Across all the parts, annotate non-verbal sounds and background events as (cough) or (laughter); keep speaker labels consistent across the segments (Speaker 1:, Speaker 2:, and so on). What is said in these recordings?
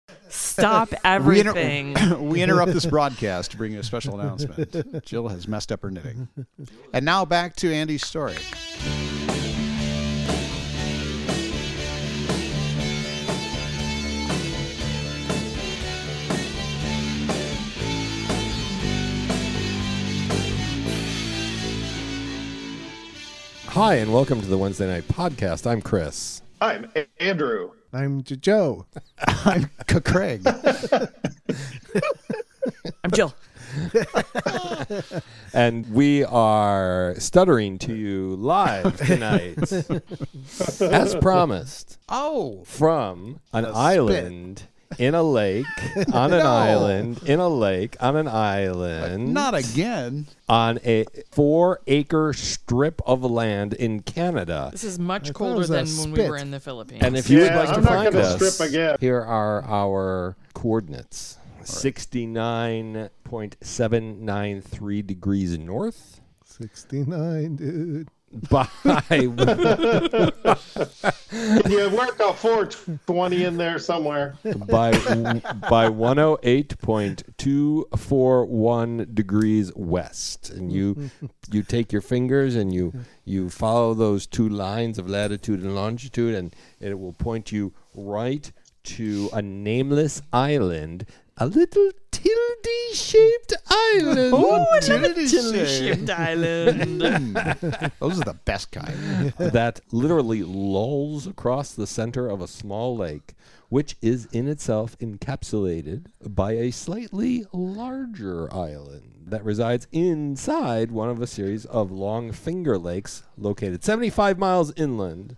Speaker 1: (laughs)
Speaker 2: stop
Speaker 3: We, inter-
Speaker 2: everything.
Speaker 3: (coughs) we interrupt this broadcast to bring you a special
Speaker 4: (laughs)
Speaker 3: announcement. Jill has messed up her knitting. And now back to Andy's story.
Speaker 4: Hi, and welcome to the Wednesday Night Podcast. I'm Chris.
Speaker 5: I'm A- Andrew.
Speaker 1: I'm J- Joe.
Speaker 3: (laughs) I'm C- Craig.
Speaker 2: I'm Jill.
Speaker 4: And we are stuttering to you
Speaker 3: (laughs)
Speaker 4: live tonight, as promised,
Speaker 3: Oh,
Speaker 4: from an island in
Speaker 3: (laughs)
Speaker 4: a lake, on an
Speaker 3: No.
Speaker 4: island, in a lake, on an island,
Speaker 3: not again.
Speaker 4: on a four acre strip of land in Canada.
Speaker 2: This is much
Speaker 1: I thought it
Speaker 2: colder
Speaker 1: was a
Speaker 2: than when we
Speaker 1: spit.
Speaker 2: were in the Philippines. (laughs)
Speaker 4: And if you
Speaker 5: Yeah,
Speaker 4: would like
Speaker 5: I'm
Speaker 4: to
Speaker 5: not
Speaker 4: find
Speaker 5: gonna
Speaker 4: us,
Speaker 5: strip again.
Speaker 4: here are our coordinates: sixty-nine point seven nine three degrees north.
Speaker 1: 69, dude.
Speaker 4: By
Speaker 5: You work a 420 in there somewhere.
Speaker 4: (laughs) by by one hundred eight point two four one degrees west, and you you take your fingers and you you follow those two lines of latitude and longitude, and it will point you right to a nameless island, a little tilde shaped island.
Speaker 3: Oh, Tilly-shaped.
Speaker 2: Shipped Island.
Speaker 3: (laughs) Those are the best kind.
Speaker 4: (laughs) that literally lolls across the center of a small lake, which is in itself encapsulated by a slightly larger island that resides inside one of a series of long finger lakes located 75 miles inland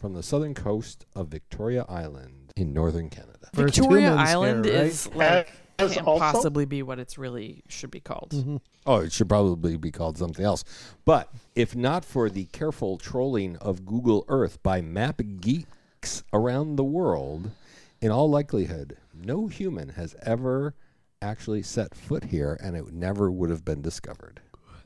Speaker 4: from the southern coast of Victoria Island in northern Canada.
Speaker 1: (laughs) For
Speaker 2: Victoria
Speaker 1: Truman's hair,
Speaker 2: Island
Speaker 1: right?
Speaker 2: is like
Speaker 5: As
Speaker 2: can't
Speaker 5: also-
Speaker 2: possibly be what it's really should be called.
Speaker 1: Mm-hmm.
Speaker 4: Oh, it should probably be called something else. But if not for the careful trolling of Google Earth by map geeks around the world, in all likelihood, no human has ever actually set foot here and it never would have been discovered.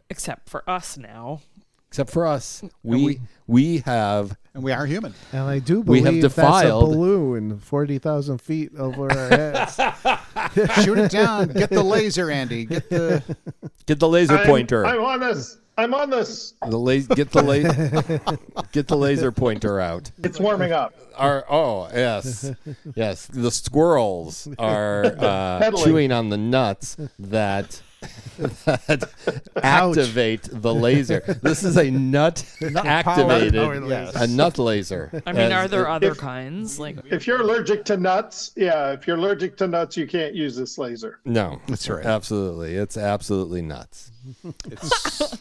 Speaker 2: Except for us now.
Speaker 4: Except for us. We we have
Speaker 3: And we are human.
Speaker 1: And I do
Speaker 4: We
Speaker 1: believe
Speaker 4: have
Speaker 1: that's a
Speaker 4: defiled-
Speaker 1: balloon 40,000 feet over (laughs) our heads.
Speaker 3: Shoot it down. Get the laser, Andy. Get
Speaker 4: (laughs)
Speaker 3: the.
Speaker 4: get the laser
Speaker 5: I'm-
Speaker 4: pointer.
Speaker 5: I'm, on this. I'm on this.
Speaker 4: the la- get the la- (laughs) get the laser pointer out.
Speaker 5: It's warming up.
Speaker 4: are oh yes yes the squirrels are uh,
Speaker 5: Peddling.
Speaker 4: chewing on the nuts that (laughs) that activate the laser this is a nut activated
Speaker 1: powered laser.
Speaker 4: a nut laser
Speaker 2: I mean,
Speaker 4: As-
Speaker 2: are there other
Speaker 5: if-
Speaker 2: kinds?
Speaker 5: (laughs)
Speaker 2: Like
Speaker 5: If you're allergic to nuts, yeah, if you're allergic to nuts, you can't use this laser.
Speaker 4: no
Speaker 3: That's right.
Speaker 4: absolutely it's absolutely nuts
Speaker 3: It's,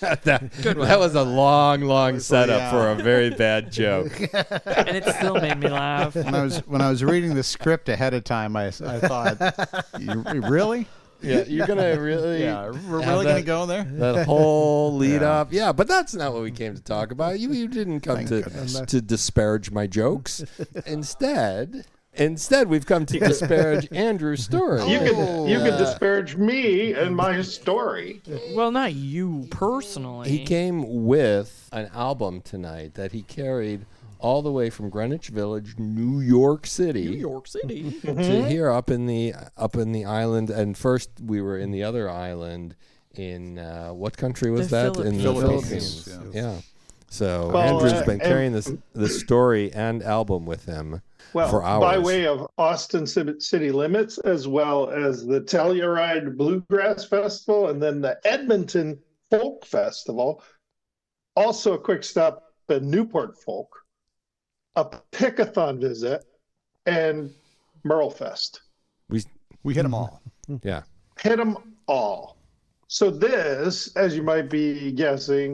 Speaker 4: that, that was a long long setup
Speaker 3: yeah.
Speaker 4: for a very bad joke
Speaker 2: and it still made me laugh.
Speaker 3: when I was when I was reading the script ahead of time, I, I
Speaker 4: (laughs)
Speaker 3: thought, you, really?
Speaker 4: yeah you're gonna really
Speaker 3: Yeah, we're
Speaker 4: have
Speaker 3: really gonna
Speaker 4: that-
Speaker 3: go there?
Speaker 2: (laughs)
Speaker 4: that whole lead up. Yeah, but that's not what we came to talk about. You you didn't come to, to disparage
Speaker 2: (laughs)
Speaker 4: my jokes. Instead, instead we've come to disparage Andrew's story.
Speaker 2: (laughs)
Speaker 5: You can you
Speaker 2: Oh.
Speaker 5: can disparage me and my story.
Speaker 2: Well, not you personally.
Speaker 4: He came with an album tonight that he carried all the way from Greenwich Village, New York City.
Speaker 2: New York City.
Speaker 4: to here up in the up in the island and first we were in the other island in uh, what country was
Speaker 2: The
Speaker 4: that in the
Speaker 3: Philippines.
Speaker 4: Philippines,
Speaker 3: Philippines,
Speaker 4: Yeah. so
Speaker 5: Well,
Speaker 4: Andrew's
Speaker 5: uh,
Speaker 4: been
Speaker 5: and-
Speaker 4: carrying this this story and album with him
Speaker 5: Well,
Speaker 4: for hours
Speaker 5: by way of Austin ci- city limits, as well as the Telluride Bluegrass Festival, and then the Edmonton Folk Festival. Also, a quick stop at Newport Folk, a pickathon visit, and Merle Fest.
Speaker 4: we
Speaker 3: We hit them all.
Speaker 4: yeah
Speaker 5: Hit them all. So this, as you might be guessing,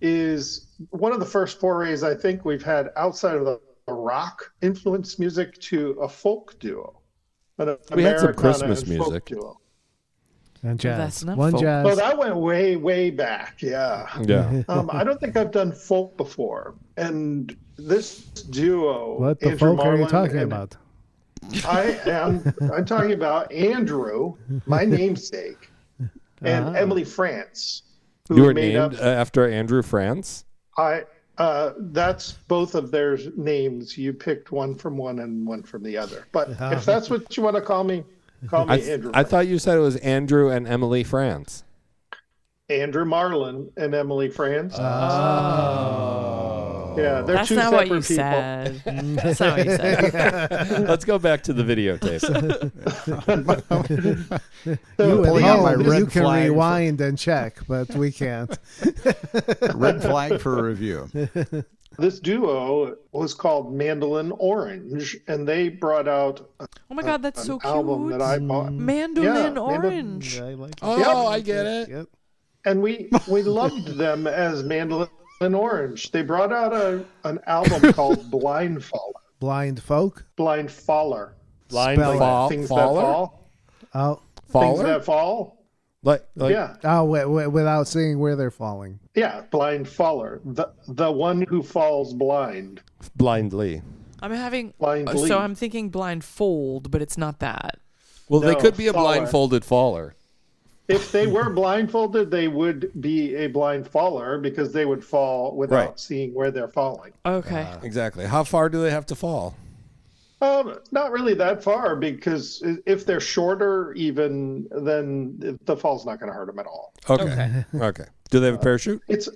Speaker 5: is one of the first forays I think we've had outside of the rock influenced music to a folk duo. An
Speaker 4: We had some
Speaker 5: Americana
Speaker 4: Christmas
Speaker 5: and folk
Speaker 4: music.
Speaker 5: duo.
Speaker 1: And jazz.
Speaker 2: that's not
Speaker 1: One
Speaker 2: folk.
Speaker 1: jazz.
Speaker 5: Well, that went way, way back. Yeah.
Speaker 4: yeah
Speaker 5: Um, I don't think I've done folk before, and this duo.
Speaker 1: what the
Speaker 5: Andrew
Speaker 1: folk are you
Speaker 5: Marlin
Speaker 1: talking
Speaker 5: and-
Speaker 1: about?
Speaker 5: I am. I'm talking about Andrew, my namesake, and Emily France, (laughs) who
Speaker 4: you were
Speaker 5: made
Speaker 4: named uh,
Speaker 5: up.
Speaker 4: after Andrew France
Speaker 5: I Uh, that's both of their names. You picked one from one and one from the other. But if that's what you want to call me, call me
Speaker 4: I,
Speaker 5: Andrew.
Speaker 4: I thought you said it was Andrew and Emily
Speaker 5: (laughs)
Speaker 4: France.
Speaker 5: Andrew Marlin and Emily Franz. yeah, they're
Speaker 2: That's
Speaker 5: two
Speaker 2: not what
Speaker 5: separate
Speaker 2: you
Speaker 5: people.
Speaker 2: said. That's not what you
Speaker 1: (laughs)
Speaker 2: said.
Speaker 4: Let's go back to the
Speaker 5: (laughs)
Speaker 4: videotape.
Speaker 1: You, at
Speaker 3: pulling out
Speaker 1: home,
Speaker 3: my red
Speaker 1: you can
Speaker 3: flag for-
Speaker 1: rewind and check, but we can't.
Speaker 3: Red flag for review.
Speaker 5: This duo was called Mandolin Orange, and they brought out an
Speaker 2: Oh my god, that's so cute.
Speaker 5: album that I bought.
Speaker 1: Mm.
Speaker 2: Mandolin
Speaker 5: Yeah, mandol-
Speaker 2: orange.
Speaker 1: I like it.
Speaker 4: oh, I get it.
Speaker 1: Yep.
Speaker 5: and we we loved them as Mandolin Orange. They brought out a an
Speaker 4: (laughs)
Speaker 5: album called Blind Fall,
Speaker 1: Blind folk.
Speaker 5: Blind Faller,
Speaker 4: Blind
Speaker 1: Spell it.
Speaker 4: fall,
Speaker 5: things
Speaker 4: faller?
Speaker 5: that fall,
Speaker 1: Oh,
Speaker 5: things
Speaker 4: Faller?
Speaker 5: that fall.
Speaker 4: like, like-
Speaker 5: yeah,
Speaker 1: oh, wi- wi- without seeing where they're falling.
Speaker 5: yeah, Blind Faller, the the one who falls blind,
Speaker 4: blindly.
Speaker 2: I'm having. uh,
Speaker 5: blind. lead.
Speaker 2: So I'm thinking blindfold, but it's not that.
Speaker 4: Well, they
Speaker 5: No,
Speaker 4: could be a
Speaker 5: faller.
Speaker 4: blindfolded faller. (laughs)
Speaker 5: if they were blindfolded, they would be a blind faller because they would fall without
Speaker 4: Right.
Speaker 5: seeing where they're falling.
Speaker 2: Okay.
Speaker 5: Uh,
Speaker 4: Exactly. How far do they have to fall?
Speaker 5: Um, not really that far because i- if they're shorter, even then the fall's not going to hurt them at all.
Speaker 4: Okay. (laughs) Okay. Do they have a parachute?
Speaker 5: It's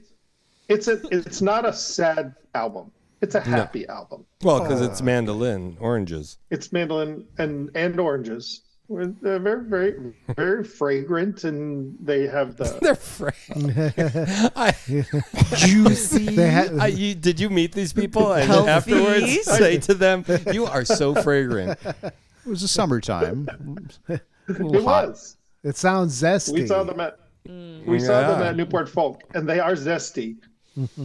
Speaker 5: it's a it's not a sad album. It's a happy album.
Speaker 4: Well, because it's
Speaker 5: Uh,
Speaker 4: mandolin oranges.
Speaker 5: It's mandolin and and oranges. They're very very very fragrant, and they have the
Speaker 4: They're French.
Speaker 5: (laughs)
Speaker 4: (laughs) I,
Speaker 2: Juicy.
Speaker 1: They had
Speaker 4: I, you, did you meet these people and
Speaker 2: Healthy.
Speaker 4: afterwards say to them, "You are so fragrant."
Speaker 3: It was the (laughs) summertime.
Speaker 5: it was.
Speaker 1: it sounds zesty.
Speaker 5: We saw them at we saw them
Speaker 4: Yeah.
Speaker 5: at Newport Folk, and they are zesty.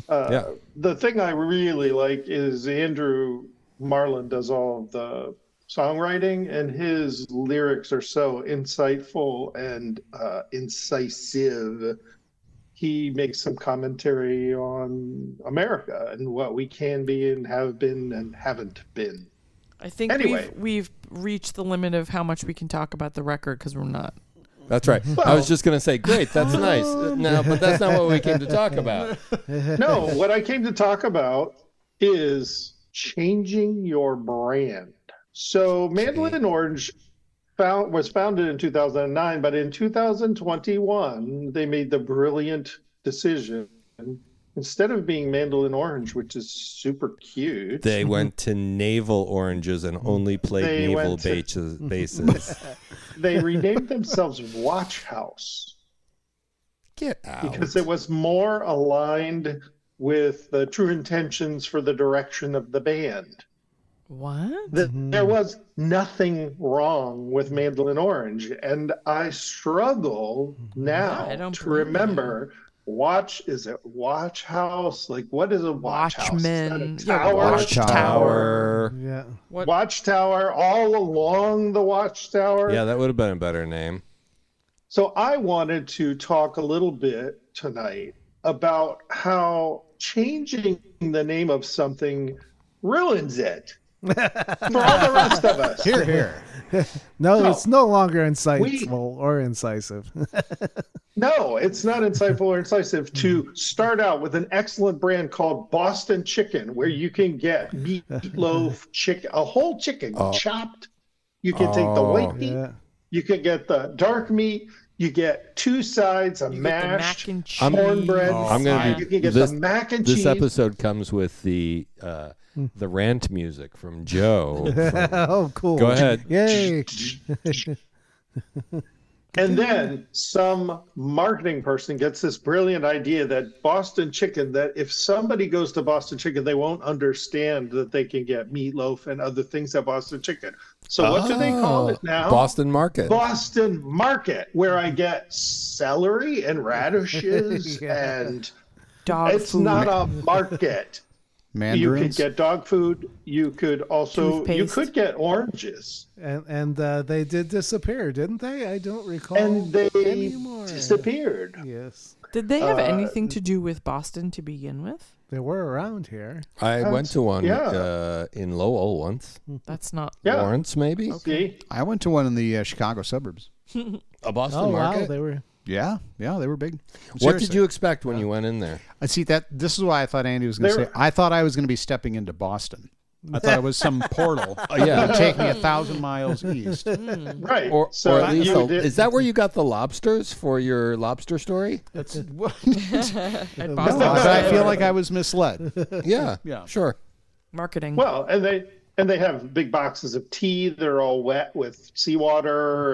Speaker 4: yeah.
Speaker 5: the thing I really like is Andrew Marlin does all of the songwriting, and his lyrics are so insightful and uh, incisive. He makes some commentary on America and what we can be and have been and haven't been.
Speaker 2: I think
Speaker 5: Anyway.
Speaker 2: we've we've reached the limit of how much we can talk about the record because we're not.
Speaker 4: That's right. I was just gonna say, great, that's nice. Uh, No, but that's not what we came to talk about.
Speaker 5: No, what I came to talk about is changing your brand. So Mandolin Orange found, was founded in 2009, but in 2021 they made the brilliant decision instead of being Mandolin Orange, which is super
Speaker 4: (laughs)
Speaker 5: cute.
Speaker 4: They went to naval oranges and only played
Speaker 5: They
Speaker 4: naval
Speaker 5: went
Speaker 4: bases.
Speaker 5: to-
Speaker 4: (laughs) bases.
Speaker 5: They renamed themselves Watch House.
Speaker 4: Get out.
Speaker 5: because it was more aligned with the true intentions for the direction of the band.
Speaker 2: What?
Speaker 5: that there was nothing wrong with Mandolin Orange, and I struggle now
Speaker 2: I don't
Speaker 5: to
Speaker 2: believe
Speaker 5: remember. Watch is it Watch House? Like what is a Watch
Speaker 2: Watchmen.
Speaker 5: House? Is
Speaker 2: Yeah,
Speaker 5: that a tower?
Speaker 3: Watch Watchtower.
Speaker 4: Tower.
Speaker 1: Yeah.
Speaker 5: Watchtower all along the Watchtower.
Speaker 4: Yeah, that would have been a better name.
Speaker 5: So I wanted to talk a little bit tonight about how changing the name of something ruins it for all the rest of us.
Speaker 3: Here, here.
Speaker 1: (laughs) No, it's no longer insightful
Speaker 5: We-
Speaker 1: or incisive. (laughs)
Speaker 5: No, it's not insightful or incisive
Speaker 4: Hmm.
Speaker 5: to start out with an excellent brand called Boston Chicken, where you can
Speaker 4: (laughs)
Speaker 5: get meatloaf chicken, a whole chicken chopped. You can take the
Speaker 4: Oh.
Speaker 5: white meat,
Speaker 1: yeah.
Speaker 5: you can get the dark meat, you get two sides,
Speaker 2: You
Speaker 5: a
Speaker 2: get the
Speaker 5: mashed
Speaker 2: mac and cheese.
Speaker 4: I'm-
Speaker 5: cornbread.
Speaker 4: I'm gonna be-
Speaker 5: you can get
Speaker 4: this-
Speaker 5: the mac and
Speaker 4: This
Speaker 5: cheese.
Speaker 4: episode comes with the uh, the rant music from Joe. (laughs) from-
Speaker 1: (laughs) oh, cool.
Speaker 4: Go ahead.
Speaker 1: Yay.
Speaker 5: And then some marketing person gets this brilliant idea that Boston chicken, that if somebody goes to Boston chicken, they won't understand that they can get meatloaf and other things at Boston chicken. So what do they call it
Speaker 4: Oh,
Speaker 5: now?
Speaker 4: Boston Market.
Speaker 5: Boston Market, where I get celery and radishes,
Speaker 1: Yeah.
Speaker 5: and
Speaker 2: Dog
Speaker 5: it's
Speaker 2: food.
Speaker 5: not a market. you could
Speaker 3: Mandarins.
Speaker 5: get dog food. You could also you
Speaker 2: Toothpaste.
Speaker 5: could get oranges.
Speaker 1: And and uh, they did disappear, didn't they? I don't recall.
Speaker 5: and they
Speaker 1: anymore.
Speaker 5: disappeared.
Speaker 1: Yes.
Speaker 2: Did they
Speaker 5: uh,
Speaker 2: have anything to do with Boston to begin with?
Speaker 1: They were around here.
Speaker 4: I went to one
Speaker 5: yeah.
Speaker 4: uh, in Lowell once.
Speaker 2: That's not.
Speaker 5: Yeah.
Speaker 4: Lawrence, maybe?
Speaker 5: See,
Speaker 3: I went to one in the uh, Chicago suburbs.
Speaker 4: A Boston
Speaker 1: Oh, wow.
Speaker 4: Market?
Speaker 1: They were.
Speaker 3: Yeah, yeah, they were big.
Speaker 4: What did
Speaker 3: Seriously.
Speaker 4: you expect when you went in there?
Speaker 3: I see that. This is why I thought Andy was going to
Speaker 5: They
Speaker 3: say.
Speaker 5: were-
Speaker 3: I thought I was going to be stepping into Boston. I thought it was (laughs) some portal.
Speaker 4: yeah.
Speaker 3: that would take me a thousand miles (laughs) east.
Speaker 5: Right.
Speaker 4: Or,
Speaker 5: so
Speaker 4: or at least,
Speaker 5: you
Speaker 4: a-
Speaker 5: did-
Speaker 4: is that where you got the lobsters for your lobster story?
Speaker 3: That's what.
Speaker 2: At
Speaker 3: But
Speaker 2: Boston
Speaker 3: I feel like I was misled.
Speaker 4: Yeah,
Speaker 3: Yeah.
Speaker 5: (laughs)
Speaker 4: sure.
Speaker 2: marketing.
Speaker 5: Well, and they and they have big boxes of tea. They're all wet with seawater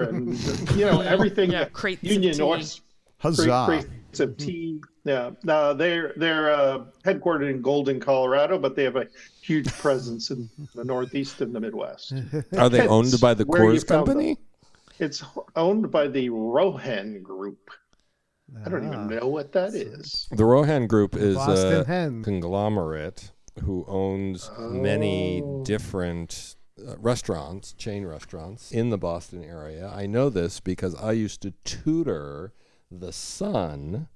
Speaker 2: (laughs)
Speaker 5: and you know everything.
Speaker 2: Yeah,
Speaker 5: that
Speaker 2: crates of
Speaker 5: Union
Speaker 2: tea. Hmm.
Speaker 5: North
Speaker 3: Huzzah!
Speaker 5: crates of tea. Yeah, no, they're they're uh, headquartered in Golden, Colorado, but they have a huge presence in the Northeast and the Midwest.
Speaker 4: (laughs) Are they owned by the
Speaker 5: Where you
Speaker 4: Coors
Speaker 5: found them.
Speaker 4: Company?
Speaker 5: It's owned by the Rohan Group. I don't
Speaker 4: Ah.
Speaker 5: even know what that is.
Speaker 4: The Rohan Group is
Speaker 1: Boston
Speaker 4: a
Speaker 1: Hen.
Speaker 4: conglomerate who owns many
Speaker 3: Oh.
Speaker 4: different uh, restaurants, chain restaurants in the Boston area. I know this because I used to tutor the son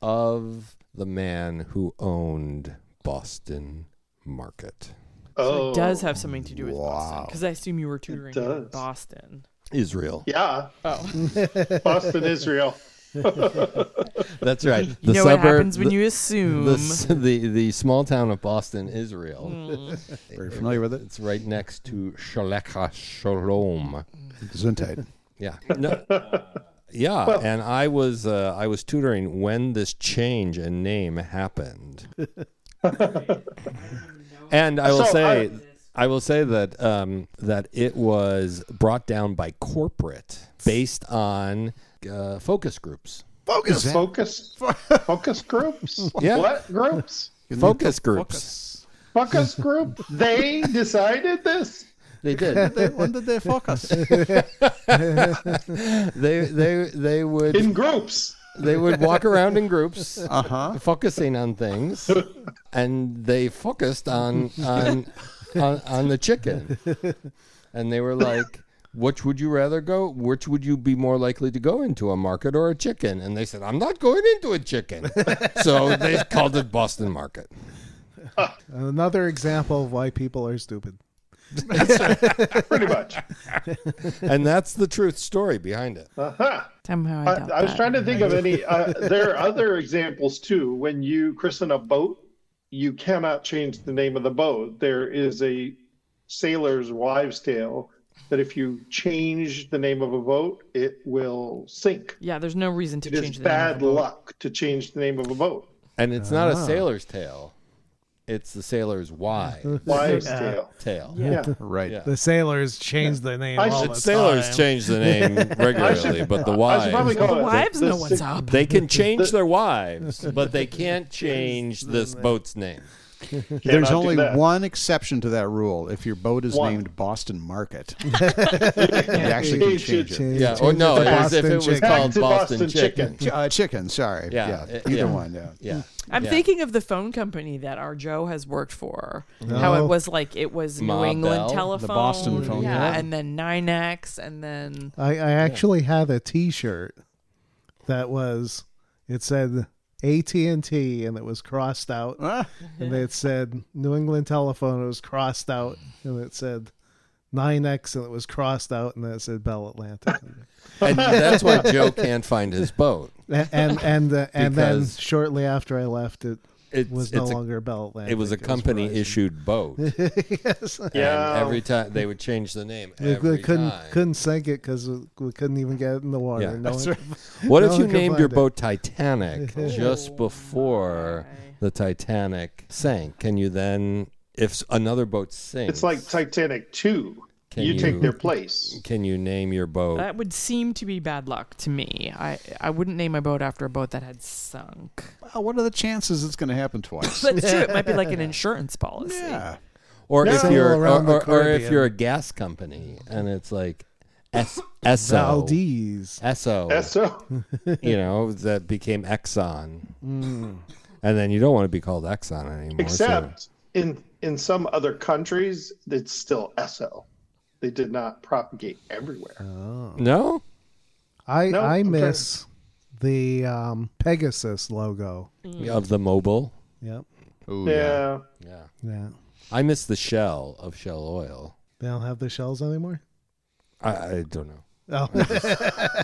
Speaker 4: of the man who owned Boston Market.
Speaker 2: So
Speaker 5: Oh,
Speaker 2: it does have something to do with Boston
Speaker 3: Wow.
Speaker 2: because I assume you were tutoring in
Speaker 5: does.
Speaker 2: Boston.
Speaker 4: Israel.
Speaker 5: yeah,
Speaker 2: Oh,
Speaker 5: Boston, Israel.
Speaker 4: That's right. The
Speaker 2: (laughs) you know
Speaker 4: suburb,
Speaker 2: what happens when
Speaker 4: the,
Speaker 2: you assume.
Speaker 4: the, s- the the small town of Boston, Israel.
Speaker 2: Hmm.
Speaker 4: (laughs)
Speaker 3: Very familiar with it.
Speaker 4: It's right next to Shalek Shalom.
Speaker 3: Zuntide.
Speaker 4: Yeah. No, yeah. and I was uh, I was tutoring when this change in name happened. and I will
Speaker 5: So,
Speaker 4: say I, will say that um, that it was brought down by corporate based on uh, focus groups.
Speaker 3: Focus.
Speaker 5: Focus,
Speaker 2: (laughs)
Speaker 5: focus groups.
Speaker 4: Yeah.
Speaker 5: What groups?
Speaker 4: Focus groups.
Speaker 5: Focus group. They decided this.
Speaker 4: They did.
Speaker 3: when did they focus?
Speaker 4: they they they would
Speaker 5: in groups.
Speaker 4: they would walk around in groups
Speaker 3: Uh huh.
Speaker 4: focusing on things, and they focused on on on, on the chicken, and they were like. Which would you rather go? Which would you be more likely to go into, a market or a chicken? And they said, I'm not going into a chicken. so they called it Boston Market.
Speaker 1: Another example of why people are stupid.
Speaker 2: (laughs)
Speaker 5: Pretty much.
Speaker 4: And that's the truth story behind it.
Speaker 5: Uh-huh.
Speaker 2: Somehow
Speaker 5: I,
Speaker 2: I, doubt
Speaker 5: I was
Speaker 2: that.
Speaker 5: trying to think of any. Uh, there are other examples too. When you christen a boat, you cannot change the name of the boat. There is a sailor's wives' tale that if you change the name of a boat, it will sink.
Speaker 2: Yeah, there's no reason to
Speaker 5: It is
Speaker 2: change the name of
Speaker 5: bad
Speaker 2: the boat.
Speaker 5: luck to change the name of a boat.
Speaker 4: And it's not a sailor's tale, it's the sailor's wives'
Speaker 5: Wives' tale.
Speaker 4: tale.
Speaker 5: Yeah.
Speaker 3: (laughs) Right.
Speaker 4: Yeah.
Speaker 1: The sailors changed their name.
Speaker 5: I
Speaker 1: all
Speaker 5: should-
Speaker 1: the
Speaker 4: Sailors
Speaker 1: time.
Speaker 4: change the name
Speaker 5: (laughs)
Speaker 4: regularly, but the
Speaker 5: I should probably
Speaker 4: wives.
Speaker 5: call
Speaker 2: The
Speaker 5: it
Speaker 2: wives
Speaker 5: Oh, the
Speaker 2: know what's
Speaker 5: sink-
Speaker 2: up.
Speaker 1: (laughs)
Speaker 4: They can change their wives, but they can't change this boat's name.
Speaker 3: There's
Speaker 5: Cannot do
Speaker 3: only
Speaker 5: that.
Speaker 3: one exception to that rule. If your boat is
Speaker 5: One.
Speaker 3: named Boston (laughs) Market, you actually can
Speaker 5: Change
Speaker 3: change it.
Speaker 1: Change-
Speaker 4: Yeah, or
Speaker 1: change it
Speaker 4: no,
Speaker 1: to
Speaker 4: as if it was
Speaker 1: Boston chicken.
Speaker 5: Back
Speaker 4: called
Speaker 5: to
Speaker 4: Boston,
Speaker 5: Boston
Speaker 4: Chicken.
Speaker 3: Ch- Uh, chicken. Sorry.
Speaker 4: Yeah,
Speaker 3: Yeah.
Speaker 4: it-
Speaker 3: Either
Speaker 4: yeah.
Speaker 3: one. Yeah.
Speaker 4: Yeah.
Speaker 2: I'm
Speaker 4: Yeah.
Speaker 2: thinking of the phone company that our Joe has worked for. How it was like it was
Speaker 4: Ma
Speaker 2: New England
Speaker 4: Bell, the
Speaker 2: Telephone,
Speaker 3: Boston phone
Speaker 2: yeah,
Speaker 3: company.
Speaker 2: and then Nynax, and then
Speaker 1: I, I actually had a T-shirt that was it said AT and T and it was crossed out,
Speaker 3: Ah,
Speaker 1: and it said New England Telephone. It was crossed out, and it said. 9x and it was crossed out and then it said Bell Atlanta.
Speaker 4: And that's why Joe can't find his boat.
Speaker 1: and and and, uh, and then
Speaker 4: Because-
Speaker 1: shortly after I left it
Speaker 4: It was
Speaker 1: was no
Speaker 4: it's a,
Speaker 1: longer Bell Atlanta.
Speaker 4: it was a company
Speaker 1: Verizon.
Speaker 4: issued boat. And
Speaker 1: (laughs) yes.
Speaker 5: Yeah.
Speaker 4: every time they would change the name.
Speaker 1: We,
Speaker 4: Every
Speaker 1: we couldn't
Speaker 4: time.
Speaker 1: couldn't sink it because we couldn't even get it in the water.
Speaker 4: Yeah.
Speaker 1: No one- (laughs)
Speaker 4: what
Speaker 1: no
Speaker 4: if
Speaker 1: one
Speaker 4: you
Speaker 1: could
Speaker 4: named your
Speaker 1: find it.
Speaker 4: boat
Speaker 1: (laughs)
Speaker 4: Titanic just before the Titanic sank? Can you then, if s- another boat sinks,
Speaker 5: It's like Titanic 2.
Speaker 4: Can
Speaker 5: you
Speaker 4: you-
Speaker 5: take their place.
Speaker 4: (laughs) can you name your boat?
Speaker 2: that would seem to be bad luck to me. I I wouldn't name my boat after a boat that had sunk.
Speaker 3: well, what are the chances it's going to happen
Speaker 4: (laughs)
Speaker 3: twice?
Speaker 2: That's true. It might be like an insurance policy.
Speaker 3: yeah.
Speaker 4: or if
Speaker 1: Sail
Speaker 4: you're or,
Speaker 1: around the
Speaker 4: or, or if
Speaker 1: Caribbean.
Speaker 4: you're a gas company and it's like S Esso
Speaker 1: Valdez.
Speaker 4: Esso, (laughs)
Speaker 5: So
Speaker 4: you know that became Exxon,
Speaker 1: Mm.
Speaker 4: and then you don't want to be called Exxon anymore. so-
Speaker 5: Except in in some other countries, it's still SO. They did not propagate
Speaker 4: Oh,
Speaker 5: everywhere.
Speaker 3: Oh.
Speaker 4: no,
Speaker 1: I
Speaker 5: No,
Speaker 1: I
Speaker 5: okay.
Speaker 1: miss the um, Pegasus logo.
Speaker 4: of the mobile.
Speaker 1: Yep.
Speaker 3: Ooh,
Speaker 5: yeah.
Speaker 4: Yeah,
Speaker 1: Yeah.
Speaker 4: I miss the shell of Shell Oil.
Speaker 1: They don't have the shells anymore.
Speaker 4: I, I don't know.
Speaker 1: Oh. (laughs)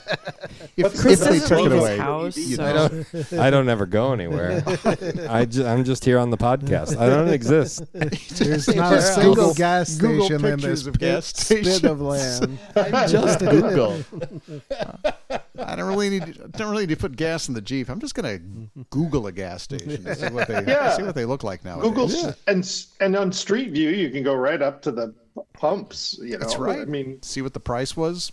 Speaker 3: If,
Speaker 5: But
Speaker 3: if
Speaker 5: Chris
Speaker 3: they
Speaker 5: doesn't
Speaker 3: took
Speaker 5: leave
Speaker 3: it
Speaker 5: his
Speaker 3: away,
Speaker 2: house,
Speaker 3: you
Speaker 2: so-
Speaker 4: I
Speaker 3: know.
Speaker 4: don't. I don't ever go
Speaker 1: (laughs)
Speaker 4: anywhere. I ju- I'm just here on the podcast. I don't exist.
Speaker 1: There's not a
Speaker 3: Just
Speaker 1: single
Speaker 3: Google-
Speaker 1: gas station
Speaker 3: Google
Speaker 1: in
Speaker 3: pictures
Speaker 1: this
Speaker 3: of gas (laughs)
Speaker 1: pit spit
Speaker 3: stations.
Speaker 1: of (laughs) land.
Speaker 3: I'm (laughs) just Google.
Speaker 4: (laughs)
Speaker 3: I don't really need. I don't really need to put gas in the Jeep. I'm just gonna Google a gas station and see what they
Speaker 5: Yeah.
Speaker 3: see what they look like now.
Speaker 5: Google s and s- and on Street View you can go right up to the pumps. You know,
Speaker 3: That's right.
Speaker 5: I mean,
Speaker 3: see what the price
Speaker 4: (laughs)
Speaker 3: was.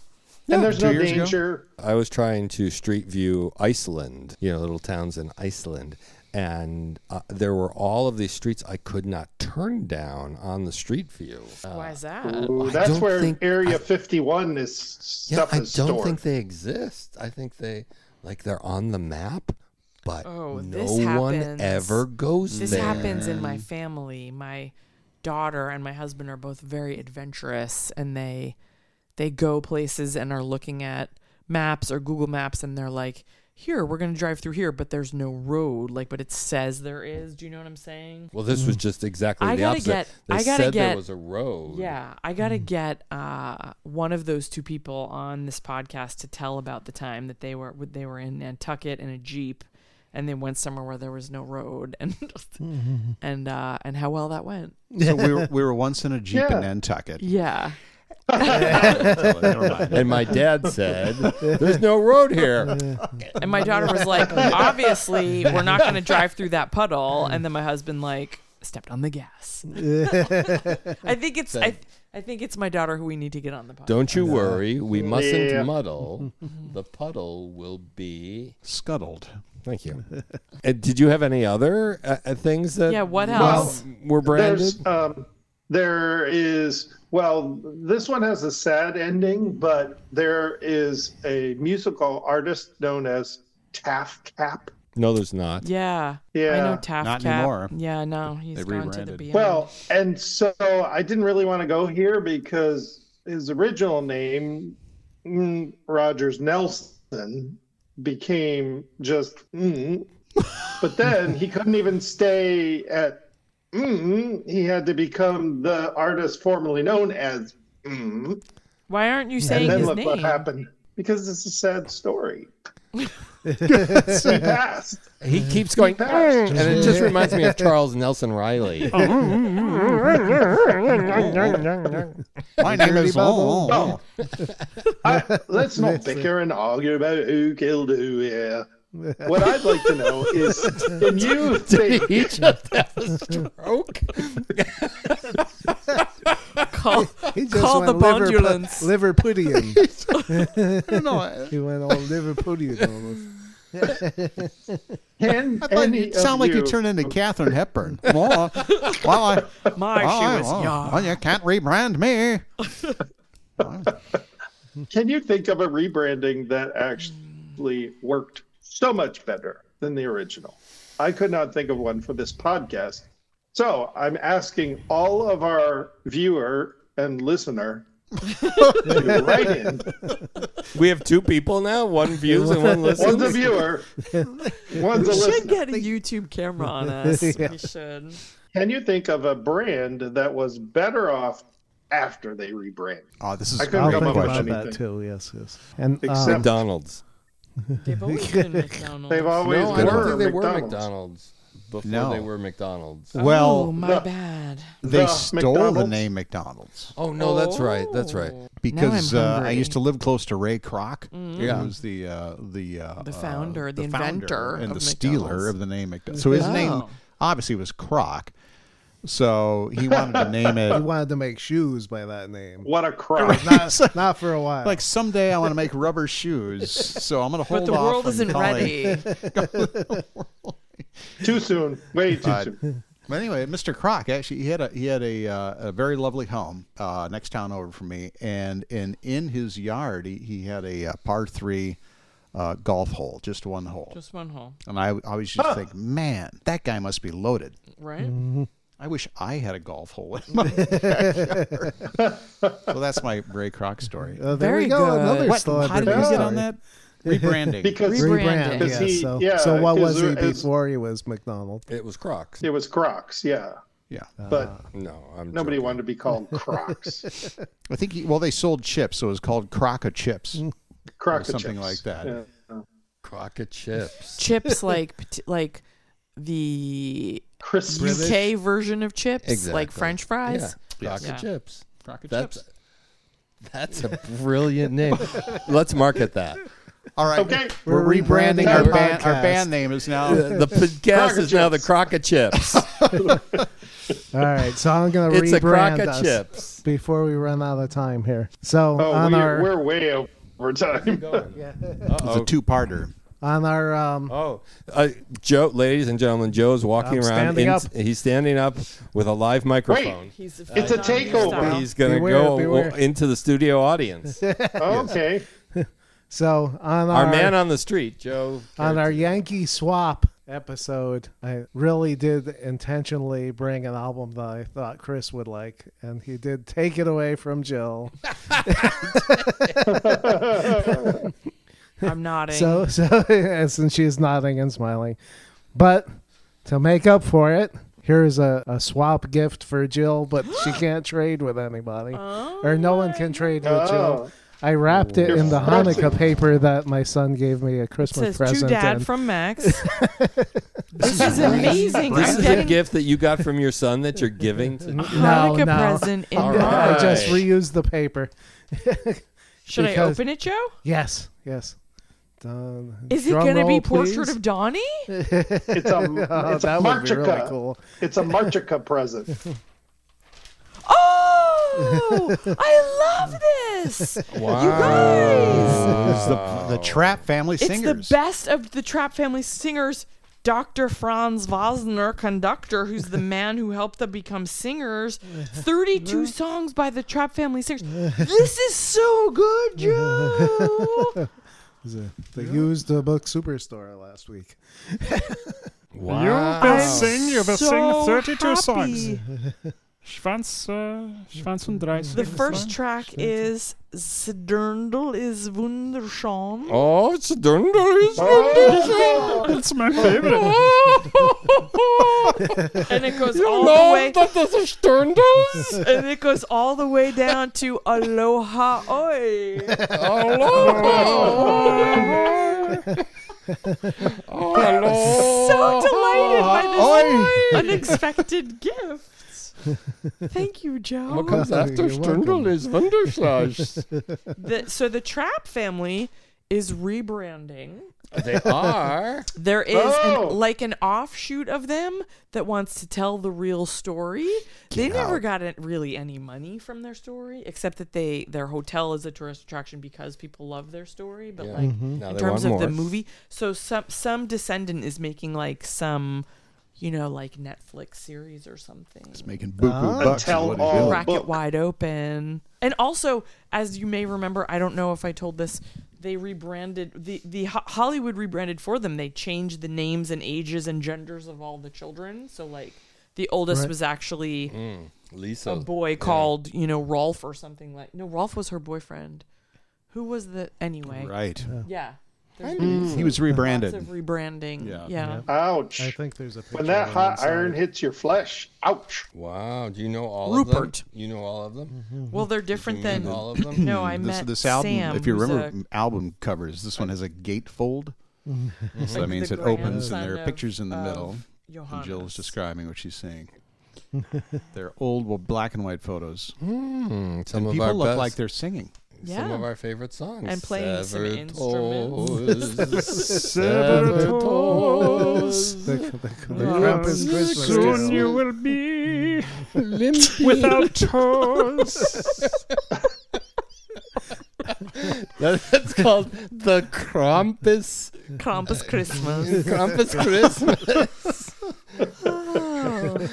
Speaker 5: and there's
Speaker 3: two
Speaker 5: no
Speaker 3: years ago.
Speaker 5: danger.
Speaker 4: I was trying to street view Iceland, you know, little towns in Iceland, and uh, there were all of these streets I could not turn down on the street view. Uh,
Speaker 2: Why is that?
Speaker 5: Ooh,
Speaker 4: I
Speaker 5: that's
Speaker 4: don't
Speaker 5: where
Speaker 4: think-
Speaker 5: Area
Speaker 4: I-
Speaker 5: 51 is
Speaker 4: yeah,
Speaker 5: stuff
Speaker 4: I don't
Speaker 5: is stored.
Speaker 4: think they exist. I think they like they're on the map, but
Speaker 2: Oh,
Speaker 4: no
Speaker 2: this
Speaker 4: one
Speaker 2: happens.
Speaker 4: ever goes
Speaker 2: This
Speaker 4: there.
Speaker 2: happens in my family. My daughter and my husband are both very adventurous and they they go places and are looking at maps or Google Maps and they're like, "Here, we're going to drive through here, but there's no road." Like, but it says there is. Do you know what I'm saying?
Speaker 4: Well, this was just exactly
Speaker 2: I
Speaker 4: the
Speaker 2: gotta
Speaker 4: opposite.
Speaker 2: get-
Speaker 4: they
Speaker 2: I gotta
Speaker 4: said there
Speaker 2: get-
Speaker 4: was a road.
Speaker 2: Yeah, I got to get uh, one of those two people on this podcast to tell about the time that they were they were in Nantucket in a Jeep and they went somewhere where there was no road (laughs) and and uh, and how well that went.
Speaker 3: So we were, we were once in a Jeep
Speaker 5: Yeah.
Speaker 3: in Nantucket.
Speaker 2: Yeah.
Speaker 3: Never mind.
Speaker 4: And my dad said, "There's no road here."
Speaker 2: And my daughter was like, obviously, we're not going to drive through that puddle. And then my husband like stepped on the gas. I think it's I, I think it's my daughter who we need to get on the podcast.
Speaker 4: Don't you worry, we mustn't
Speaker 5: Yeah.
Speaker 4: muddle. The puddle will be.
Speaker 3: Scuttled.
Speaker 4: Thank (laughs) you. Uh, did you have any other uh, uh, things that?
Speaker 2: Yeah, what
Speaker 4: w-
Speaker 2: else?
Speaker 4: were branded?
Speaker 5: There's um, there is well, this one has a sad ending, but there is a musical artist known as Taff Cap.
Speaker 4: No, there's not.
Speaker 2: Yeah. I
Speaker 5: Yeah.
Speaker 2: know Taft
Speaker 3: Not
Speaker 2: Cap.
Speaker 3: anymore.
Speaker 2: Yeah, no, he's
Speaker 3: They
Speaker 2: gone to the
Speaker 3: rebranded.
Speaker 2: beyond.
Speaker 5: Well, and so I didn't really want to go here because his original name, mm, Rogers Nelson, became just. Mm, but then he couldn't even stay at. Mm, he had to become the artist formerly known as. Mm,
Speaker 2: why aren't you
Speaker 5: and
Speaker 2: saying
Speaker 5: then
Speaker 2: his
Speaker 5: look what
Speaker 2: name?
Speaker 5: happened. Because it's a sad story. It's the past.
Speaker 4: He keeps going, "Mm," and it (laughs) just reminds me of Charles Nelson Riley. (laughs)
Speaker 3: My name is
Speaker 1: Bubble.
Speaker 3: Oh. (laughs)
Speaker 5: I, let's not bicker and argue about who killed
Speaker 3: (laughs)
Speaker 5: who here. What I'd like to know is, can
Speaker 4: (laughs)
Speaker 5: you think?
Speaker 4: he just had a stroke.
Speaker 2: (laughs) Call,
Speaker 1: He just
Speaker 2: call the
Speaker 1: went Liverpu-
Speaker 2: bondulance.
Speaker 1: Liverpudian. (laughs)
Speaker 3: I don't know. I-
Speaker 1: he went all Liverpudian. almost.
Speaker 5: Can (laughs)
Speaker 3: I thought
Speaker 5: any
Speaker 3: you sound like you
Speaker 5: of
Speaker 3: turned into Catherine
Speaker 5: (laughs)
Speaker 3: Hepburn. Well, uh, well, I,
Speaker 2: My,
Speaker 3: well, I-
Speaker 2: she was
Speaker 3: well,
Speaker 2: young.
Speaker 3: well, you can't rebrand me.
Speaker 5: Can you think of a rebranding that actually worked so much better than the original? I could not think of one for this podcast. So I'm asking all of our viewer
Speaker 3: (laughs)
Speaker 5: and listener to write in.
Speaker 4: We have two people now. One views and (laughs) one listens.
Speaker 5: One's
Speaker 3: (laughs)
Speaker 5: a viewer, one's a
Speaker 2: We should
Speaker 5: listener.
Speaker 2: get a YouTube camera
Speaker 5: (laughs)
Speaker 2: on us. We should.
Speaker 5: Can you think of a brand that was better off after they rebranded?
Speaker 3: Oh, this is
Speaker 5: I
Speaker 3: a
Speaker 5: couldn't
Speaker 1: (laughs) I'll
Speaker 3: great
Speaker 1: think
Speaker 5: come up with
Speaker 1: about
Speaker 3: question.
Speaker 1: that
Speaker 5: anything.
Speaker 1: too. Yes, yes. And um,
Speaker 5: Except-
Speaker 4: McDonald's.
Speaker 2: They've always been McDonald's.
Speaker 5: They've always
Speaker 4: No, I
Speaker 5: were
Speaker 4: don't think they were
Speaker 5: McDonald's.
Speaker 4: McDonald's before
Speaker 3: No.
Speaker 4: they were McDonald's.
Speaker 2: oh,
Speaker 3: Well,
Speaker 2: my
Speaker 5: the-
Speaker 2: bad.
Speaker 3: they
Speaker 5: the
Speaker 3: stole the
Speaker 5: McDonald's?
Speaker 3: name McDonald's
Speaker 4: Oh no, that's right. That's right.
Speaker 2: Oh.
Speaker 3: because
Speaker 2: now I'm
Speaker 3: uh, I
Speaker 2: hungry. Mm.
Speaker 3: used to live close to Ray Kroc,
Speaker 4: Yeah.
Speaker 3: who was the uh, the uh,
Speaker 2: The founder,
Speaker 3: uh,
Speaker 2: the
Speaker 3: founder
Speaker 2: inventor
Speaker 3: and
Speaker 2: of
Speaker 3: the stealer
Speaker 2: McDonald's.
Speaker 3: of the name McDonald's. So his name
Speaker 2: Oh.
Speaker 3: obviously was Kroc. So he wanted to name
Speaker 5: (laughs)
Speaker 1: he
Speaker 3: it
Speaker 1: wanted to make shoes by that name.
Speaker 5: What a crock.
Speaker 1: Not, not for a while.
Speaker 3: (laughs) like someday I want to make rubber shoes. So I'm going to hold
Speaker 2: But the
Speaker 3: off
Speaker 2: world
Speaker 3: on
Speaker 2: isn't
Speaker 3: calling-
Speaker 2: ready.
Speaker 5: Too soon. Way too
Speaker 3: Uh,
Speaker 5: soon.
Speaker 3: Well, anyway, Mr. Croc actually he had a he had a uh, a very lovely home uh, next town over from me, and and in his yard he, he had a uh, par three uh, golf hole, just one hole.
Speaker 2: Just one hole,
Speaker 3: and I always used to think, man, that guy must be loaded.
Speaker 2: right?
Speaker 3: I wish I had a golf hole in my (laughs) backyard. (laughs) so that's my Ray Croc story.
Speaker 1: Oh, there
Speaker 2: Very
Speaker 1: we go.
Speaker 2: good.
Speaker 1: Another
Speaker 2: What?
Speaker 1: celebrity
Speaker 3: How did we get
Speaker 1: story.
Speaker 3: on that? Rebranding.
Speaker 5: (laughs) Because
Speaker 1: Rebrand.
Speaker 2: Rebranding.
Speaker 1: Yeah,
Speaker 5: Because he-
Speaker 1: so,
Speaker 5: yeah,
Speaker 1: so what was
Speaker 5: because
Speaker 1: he
Speaker 5: it's-
Speaker 1: before he was McDonald?
Speaker 4: It was Crocs.
Speaker 5: it was Crocs, yeah.
Speaker 3: Yeah.
Speaker 5: But
Speaker 1: Ah,
Speaker 4: No, I'm
Speaker 5: nobody
Speaker 4: joking.
Speaker 5: wanted to be called Crocs.
Speaker 1: (laughs)
Speaker 3: I think, he, well, they sold chips, so it was called Crock of Chips.
Speaker 5: Croc
Speaker 3: something like that.
Speaker 4: crock of chips.
Speaker 5: (laughs)
Speaker 2: chips like pati- like the
Speaker 5: Crisp.
Speaker 2: UK version of chips, like
Speaker 4: Exactly.
Speaker 2: French
Speaker 4: Yeah,
Speaker 2: fries.
Speaker 4: crock
Speaker 2: Yeah.
Speaker 4: of chips.
Speaker 3: Crock of
Speaker 4: That's that's a brilliant name. Let's market that.
Speaker 3: All right.
Speaker 5: Okay.
Speaker 3: We're,
Speaker 1: We're
Speaker 3: rebranding
Speaker 1: rebranding
Speaker 3: our
Speaker 1: our
Speaker 3: band. Our
Speaker 1: podcast.
Speaker 3: band name is now.
Speaker 4: The podcast is now the crock of chips.
Speaker 1: All right, so I'm gonna
Speaker 4: (laughs) It's
Speaker 1: rebrand
Speaker 4: a crock of
Speaker 1: us
Speaker 4: chips.
Speaker 1: before we run out of time here. So
Speaker 5: Oh,
Speaker 1: on
Speaker 5: we're,
Speaker 1: our
Speaker 5: we're way over time. (laughs)
Speaker 3: It's a two-parter.
Speaker 1: on our um,
Speaker 4: Oh, uh, Joe, ladies and gentlemen, Joe's walking
Speaker 1: I'm
Speaker 4: around.
Speaker 1: standing
Speaker 4: in-
Speaker 1: up.
Speaker 4: He's standing up with a live microphone.
Speaker 2: He's
Speaker 5: It's a takeover.
Speaker 4: He's going to
Speaker 1: Beware,
Speaker 4: go
Speaker 1: beware.
Speaker 4: into the studio audience.
Speaker 5: okay.
Speaker 1: so on our,
Speaker 4: Our man on the street, Joe.
Speaker 1: on our Yankee swap episode, I really did intentionally bring an album that I thought Chris would like, and he did take it away
Speaker 2: (laughs)
Speaker 1: from Jill.
Speaker 2: I'm nodding.
Speaker 1: So (laughs) so since she's nodding and smiling, but to make up for it, here is a, a swap gift for Jill, but
Speaker 2: (gasps)
Speaker 1: she can't trade with anybody,
Speaker 2: Oh
Speaker 1: or no one can trade with
Speaker 5: Oh,
Speaker 1: Jill. I wrapped it in the
Speaker 5: Impressive.
Speaker 1: Hanukkah paper that my son gave me a
Speaker 2: it
Speaker 1: Christmas
Speaker 2: says to
Speaker 1: present.
Speaker 2: dad
Speaker 1: and-
Speaker 2: from Max. this is amazing.
Speaker 4: This
Speaker 2: I'm
Speaker 4: is a
Speaker 2: getting
Speaker 4: gift that you got from your son that you're giving
Speaker 2: a
Speaker 4: to.
Speaker 1: (laughs) No,
Speaker 2: Hanukkah
Speaker 1: no.
Speaker 2: present (laughs) in
Speaker 4: All
Speaker 1: (laughs) I
Speaker 2: March.
Speaker 4: right.
Speaker 1: just reused the paper.
Speaker 2: Should I
Speaker 1: because-
Speaker 2: open it, Joe?
Speaker 1: Yes, yes. Dun-
Speaker 2: Is it
Speaker 1: drum
Speaker 2: going to be
Speaker 1: roll,
Speaker 2: Portrait
Speaker 1: please.
Speaker 2: of (laughs) Donnie?
Speaker 5: it's a,
Speaker 1: (laughs) Oh,
Speaker 5: it's a
Speaker 1: that would be
Speaker 5: Marchica.
Speaker 1: really cool.
Speaker 5: It's a Marchica present.
Speaker 2: Oh, I love (laughs) this.
Speaker 4: Wow.
Speaker 2: You guys.
Speaker 3: It's the, the
Speaker 4: Oh.
Speaker 3: Trap Family
Speaker 2: It's
Speaker 3: Singers.
Speaker 2: the best of the Trap Family singers. Dr. Franz Wozner, conductor, who's (laughs) the man who helped them become (laughs) singers. 32 songs by the Trap Family singers. This is so good, Joe.
Speaker 1: It was a- They used the book superstore last week.
Speaker 4: Wow.
Speaker 6: You've been
Speaker 2: I'm
Speaker 6: sing, you've been
Speaker 2: so
Speaker 6: sing 32 songs.
Speaker 2: happy.
Speaker 6: Schwanz, äh, Schwanz und 30.
Speaker 2: The first track is Sederndl is Wunderschön.
Speaker 4: Oh, it's a dun- dun- it's a-
Speaker 5: Oh,
Speaker 6: It's my favorite.
Speaker 2: Oh, (laughs) And it goes all
Speaker 4: Oh. You
Speaker 2: the
Speaker 4: know
Speaker 2: way
Speaker 4: that this is dun- dun-
Speaker 2: (laughs) and it goes all the way down to Aloha Oi.
Speaker 4: Hello. Hello.
Speaker 2: so delighted by this
Speaker 1: Oh,
Speaker 2: (laughs)
Speaker 3: Oi.
Speaker 2: unexpected
Speaker 1: (laughs)
Speaker 2: gift. Thank you, Joe.
Speaker 4: What comes after
Speaker 1: You're
Speaker 4: Strindel
Speaker 1: welcome.
Speaker 4: is
Speaker 1: (laughs)
Speaker 4: Wunderschloss.
Speaker 2: The- so the Trap family is rebranding.
Speaker 4: they are.
Speaker 2: There is
Speaker 5: Oh.
Speaker 2: an, like an offshoot of them that wants to tell the real story. they never got it, really any money from their story, except that they their hotel is a tourist attraction because people love their story. But like
Speaker 1: Mm-hmm.
Speaker 4: Now
Speaker 2: in
Speaker 4: they
Speaker 2: terms of
Speaker 4: want
Speaker 2: the
Speaker 4: more.
Speaker 2: movie, so some some descendant is making like some, you know, like Netflix series or something.
Speaker 3: Making boo boo
Speaker 1: Ah.
Speaker 3: bucks. is
Speaker 5: Tell
Speaker 3: what he's
Speaker 5: all.
Speaker 3: doing.
Speaker 2: crack it
Speaker 5: book.
Speaker 2: wide open. And also, as you may remember, I don't know if I told this, they rebranded the the Ho- Hollywood rebranded for them. They changed the names and ages and genders of all the children. So like the oldest
Speaker 1: Right.
Speaker 2: was actually
Speaker 4: Mm. Lisa.
Speaker 2: a boy called, you know, Rolf or something like. No, Rolf was her boyfriend. Who was the anyway?
Speaker 3: Right.
Speaker 2: Yeah. There's been
Speaker 3: He
Speaker 2: lots
Speaker 3: was
Speaker 2: of
Speaker 3: rebranded.
Speaker 2: rebranding.
Speaker 3: Yeah.
Speaker 2: Yeah.
Speaker 1: (laughs) I
Speaker 5: ouch.
Speaker 1: think there's a picture.
Speaker 5: When that
Speaker 1: of it
Speaker 5: hot
Speaker 1: inside.
Speaker 5: iron hits your flesh, ouch.
Speaker 4: Wow. Do you know all
Speaker 2: Rupert.
Speaker 4: of them? You know all of them?
Speaker 3: Mm-hmm.
Speaker 2: Well, they're different
Speaker 4: You mean
Speaker 2: than
Speaker 4: all
Speaker 2: (laughs)
Speaker 4: of them?
Speaker 2: No, I
Speaker 3: Hmm. This,
Speaker 2: meant
Speaker 3: this album,
Speaker 2: Sam.
Speaker 3: if you
Speaker 2: who's
Speaker 3: remember
Speaker 2: a-
Speaker 3: m- album covers, this one has a gatefold. so that means
Speaker 2: Mm-hmm. the
Speaker 3: it opens and
Speaker 2: grandson
Speaker 3: there are
Speaker 2: of-
Speaker 3: pictures in the
Speaker 2: of
Speaker 3: middle. And Jill
Speaker 2: Johannes.
Speaker 3: is describing what she's seeing. They're old well, black and white photos.
Speaker 4: Mm, some
Speaker 3: And
Speaker 4: of
Speaker 3: people
Speaker 4: our
Speaker 3: look
Speaker 4: best,
Speaker 3: like they're singing.
Speaker 2: Yeah.
Speaker 4: some of our favorite songs.
Speaker 2: And playing some
Speaker 3: (laughs)
Speaker 4: Severed
Speaker 2: instruments.
Speaker 4: Toes,
Speaker 6: Severed
Speaker 4: Severed
Speaker 3: (laughs)
Speaker 6: toes.
Speaker 4: toes.
Speaker 1: The, the, the,
Speaker 6: How
Speaker 1: Krampus Christmas
Speaker 6: Soon
Speaker 1: Carol.
Speaker 6: you will be
Speaker 4: Limpy.
Speaker 6: without toes.
Speaker 4: (laughs) That- That's called the Krampus
Speaker 2: (laughs) Krampus
Speaker 4: (laughs)
Speaker 2: Christmas.
Speaker 4: Krampus
Speaker 2: (laughs)
Speaker 4: Christmas.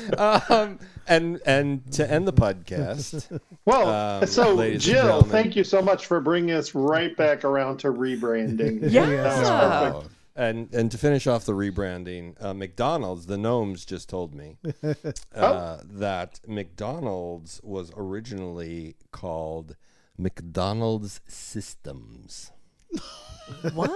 Speaker 4: (laughs) um, and and to end
Speaker 3: (laughs)
Speaker 4: the podcast,
Speaker 5: Well,
Speaker 4: Um,
Speaker 5: so
Speaker 4: ladies and
Speaker 5: Jill,
Speaker 4: gentlemen.
Speaker 5: thank you so much for bringing us right back around
Speaker 3: (laughs)
Speaker 5: to rebranding.
Speaker 2: Yeah.
Speaker 4: Oh.
Speaker 5: Wow.
Speaker 4: and and to finish off the rebranding, uh, McDonald's, the gnomes just told me (laughs) uh, that McDonald's was originally called McDonald's Systems.
Speaker 2: What?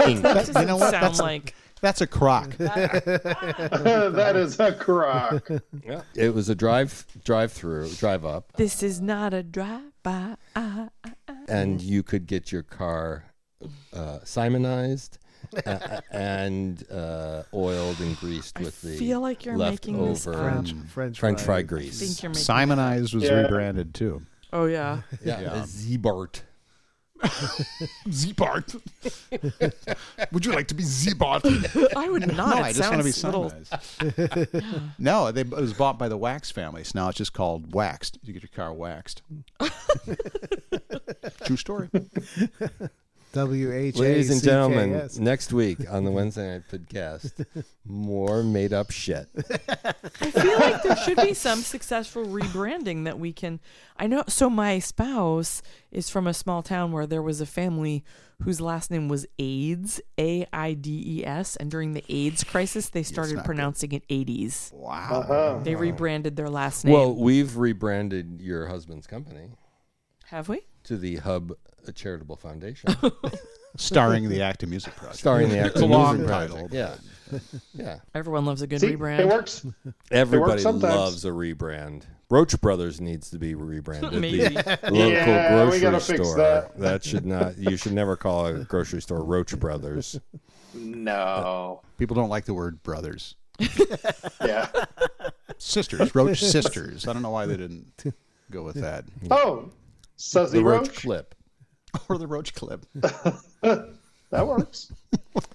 Speaker 4: Inc.
Speaker 2: That doesn't
Speaker 3: you know what?
Speaker 2: sound
Speaker 3: That's a-
Speaker 2: like
Speaker 3: That's a crock.
Speaker 1: (laughs)
Speaker 5: (laughs) that is
Speaker 3: (laughs)
Speaker 5: a crock.
Speaker 4: Yeah. It was a drive drive through, drive up,
Speaker 2: This is not a drive-by. I,
Speaker 4: and you could get your car uh, (laughs) Simonized uh, and uh, oiled and greased
Speaker 2: I
Speaker 4: with the
Speaker 2: feel like you're making this
Speaker 4: leftover
Speaker 2: up.
Speaker 1: French, French,
Speaker 4: French
Speaker 1: fries.
Speaker 4: fry
Speaker 2: I
Speaker 4: grease.
Speaker 2: think you're making.
Speaker 3: Simonized was
Speaker 5: Yeah.
Speaker 3: rebranded too.
Speaker 2: Oh yeah.
Speaker 4: yeah,
Speaker 3: Yeah.
Speaker 4: a Z-Bart.
Speaker 3: Zbart. Would you like to be Zbart?
Speaker 2: I would not.
Speaker 3: (laughs) No,
Speaker 2: it
Speaker 3: I just want to be
Speaker 2: sounds little-
Speaker 3: Simonized. (laughs) no, they, it was bought by the Wax family, so now it's just called Waxed. You get your car waxed. True story.
Speaker 1: W-H-A-C-K-S.
Speaker 4: Ladies and gentlemen, next week on the Wednesday Night
Speaker 5: (laughs)
Speaker 4: Podcast, more made up shit.
Speaker 2: I feel like there should be some successful rebranding that we can. I know. So my spouse is from a small town where there was a family whose last name was AIDS, A I D E S, and during the AIDS crisis, they started
Speaker 3: not
Speaker 2: pronouncing it '80s.
Speaker 3: Wow.
Speaker 5: Uh-huh.
Speaker 2: They rebranded their last name.
Speaker 4: Well, we've rebranded your husband's company
Speaker 2: Have we?
Speaker 4: to the Hub Charitable Foundation,
Speaker 3: Starring the Active Music Project.
Speaker 4: starring the actor.
Speaker 3: It's a long
Speaker 4: Music Project.
Speaker 3: title.
Speaker 4: Yeah, yeah.
Speaker 2: Everyone loves a good
Speaker 5: See,
Speaker 2: rebrand.
Speaker 5: it works.
Speaker 4: Everybody
Speaker 5: sometimes.
Speaker 4: loves a rebrand. Roach Brothers needs to be rebranded.
Speaker 2: Maybe.
Speaker 4: The local
Speaker 5: (laughs) Yeah, we
Speaker 4: grocery
Speaker 5: gotta
Speaker 4: store.
Speaker 5: fix that.
Speaker 4: should not. You should never call a grocery store Roach Brothers.
Speaker 5: No.
Speaker 3: People don't like the word brothers. (laughs)
Speaker 5: Yeah.
Speaker 3: Sisters, Roach
Speaker 4: (laughs)
Speaker 3: sisters. I don't know why they didn't go with that.
Speaker 5: Oh, Suzy
Speaker 4: The Roach
Speaker 5: Roach.
Speaker 4: Clip.
Speaker 3: Or the Roach clip.
Speaker 5: That works.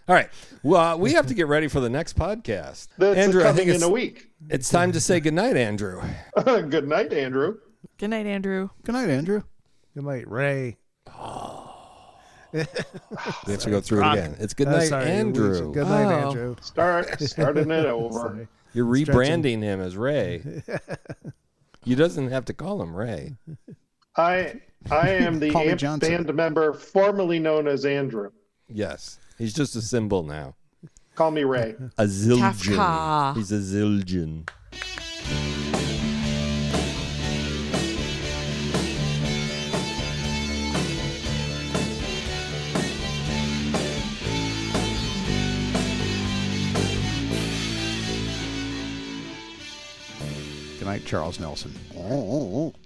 Speaker 4: All right. Well, uh, we have to get ready for the next podcast. (laughs)
Speaker 5: That's
Speaker 4: Andrew, I
Speaker 5: coming
Speaker 4: think
Speaker 5: in
Speaker 4: it's,
Speaker 5: a week. (laughs)
Speaker 4: it's time to say goodnight, Andrew.
Speaker 5: Good night, Andrew.
Speaker 2: Good night, Andrew.
Speaker 3: Good night, Andrew.
Speaker 1: Good night, Ray.
Speaker 4: We have to go through it again. It's good
Speaker 1: Oh,
Speaker 4: night,
Speaker 1: sorry,
Speaker 4: Andrew.
Speaker 1: Luigi. Good night,
Speaker 2: Oh.
Speaker 1: Andrew.
Speaker 3: (laughs)
Speaker 5: Start starting it over.
Speaker 4: You're
Speaker 1: Stretching.
Speaker 4: rebranding him as
Speaker 1: (laughs)
Speaker 4: Ray. you doesn't have to call him Ray.
Speaker 5: I
Speaker 3: (laughs)
Speaker 5: I am the
Speaker 3: Call me
Speaker 5: amp
Speaker 3: Johnson.
Speaker 5: band member formerly known as Andrew.
Speaker 4: Yes, he's just a symbol now.
Speaker 5: Call me Ray.
Speaker 4: A zildjian.
Speaker 2: Kafka.
Speaker 4: He's a zildjian.
Speaker 3: Good night, Charles Nelson.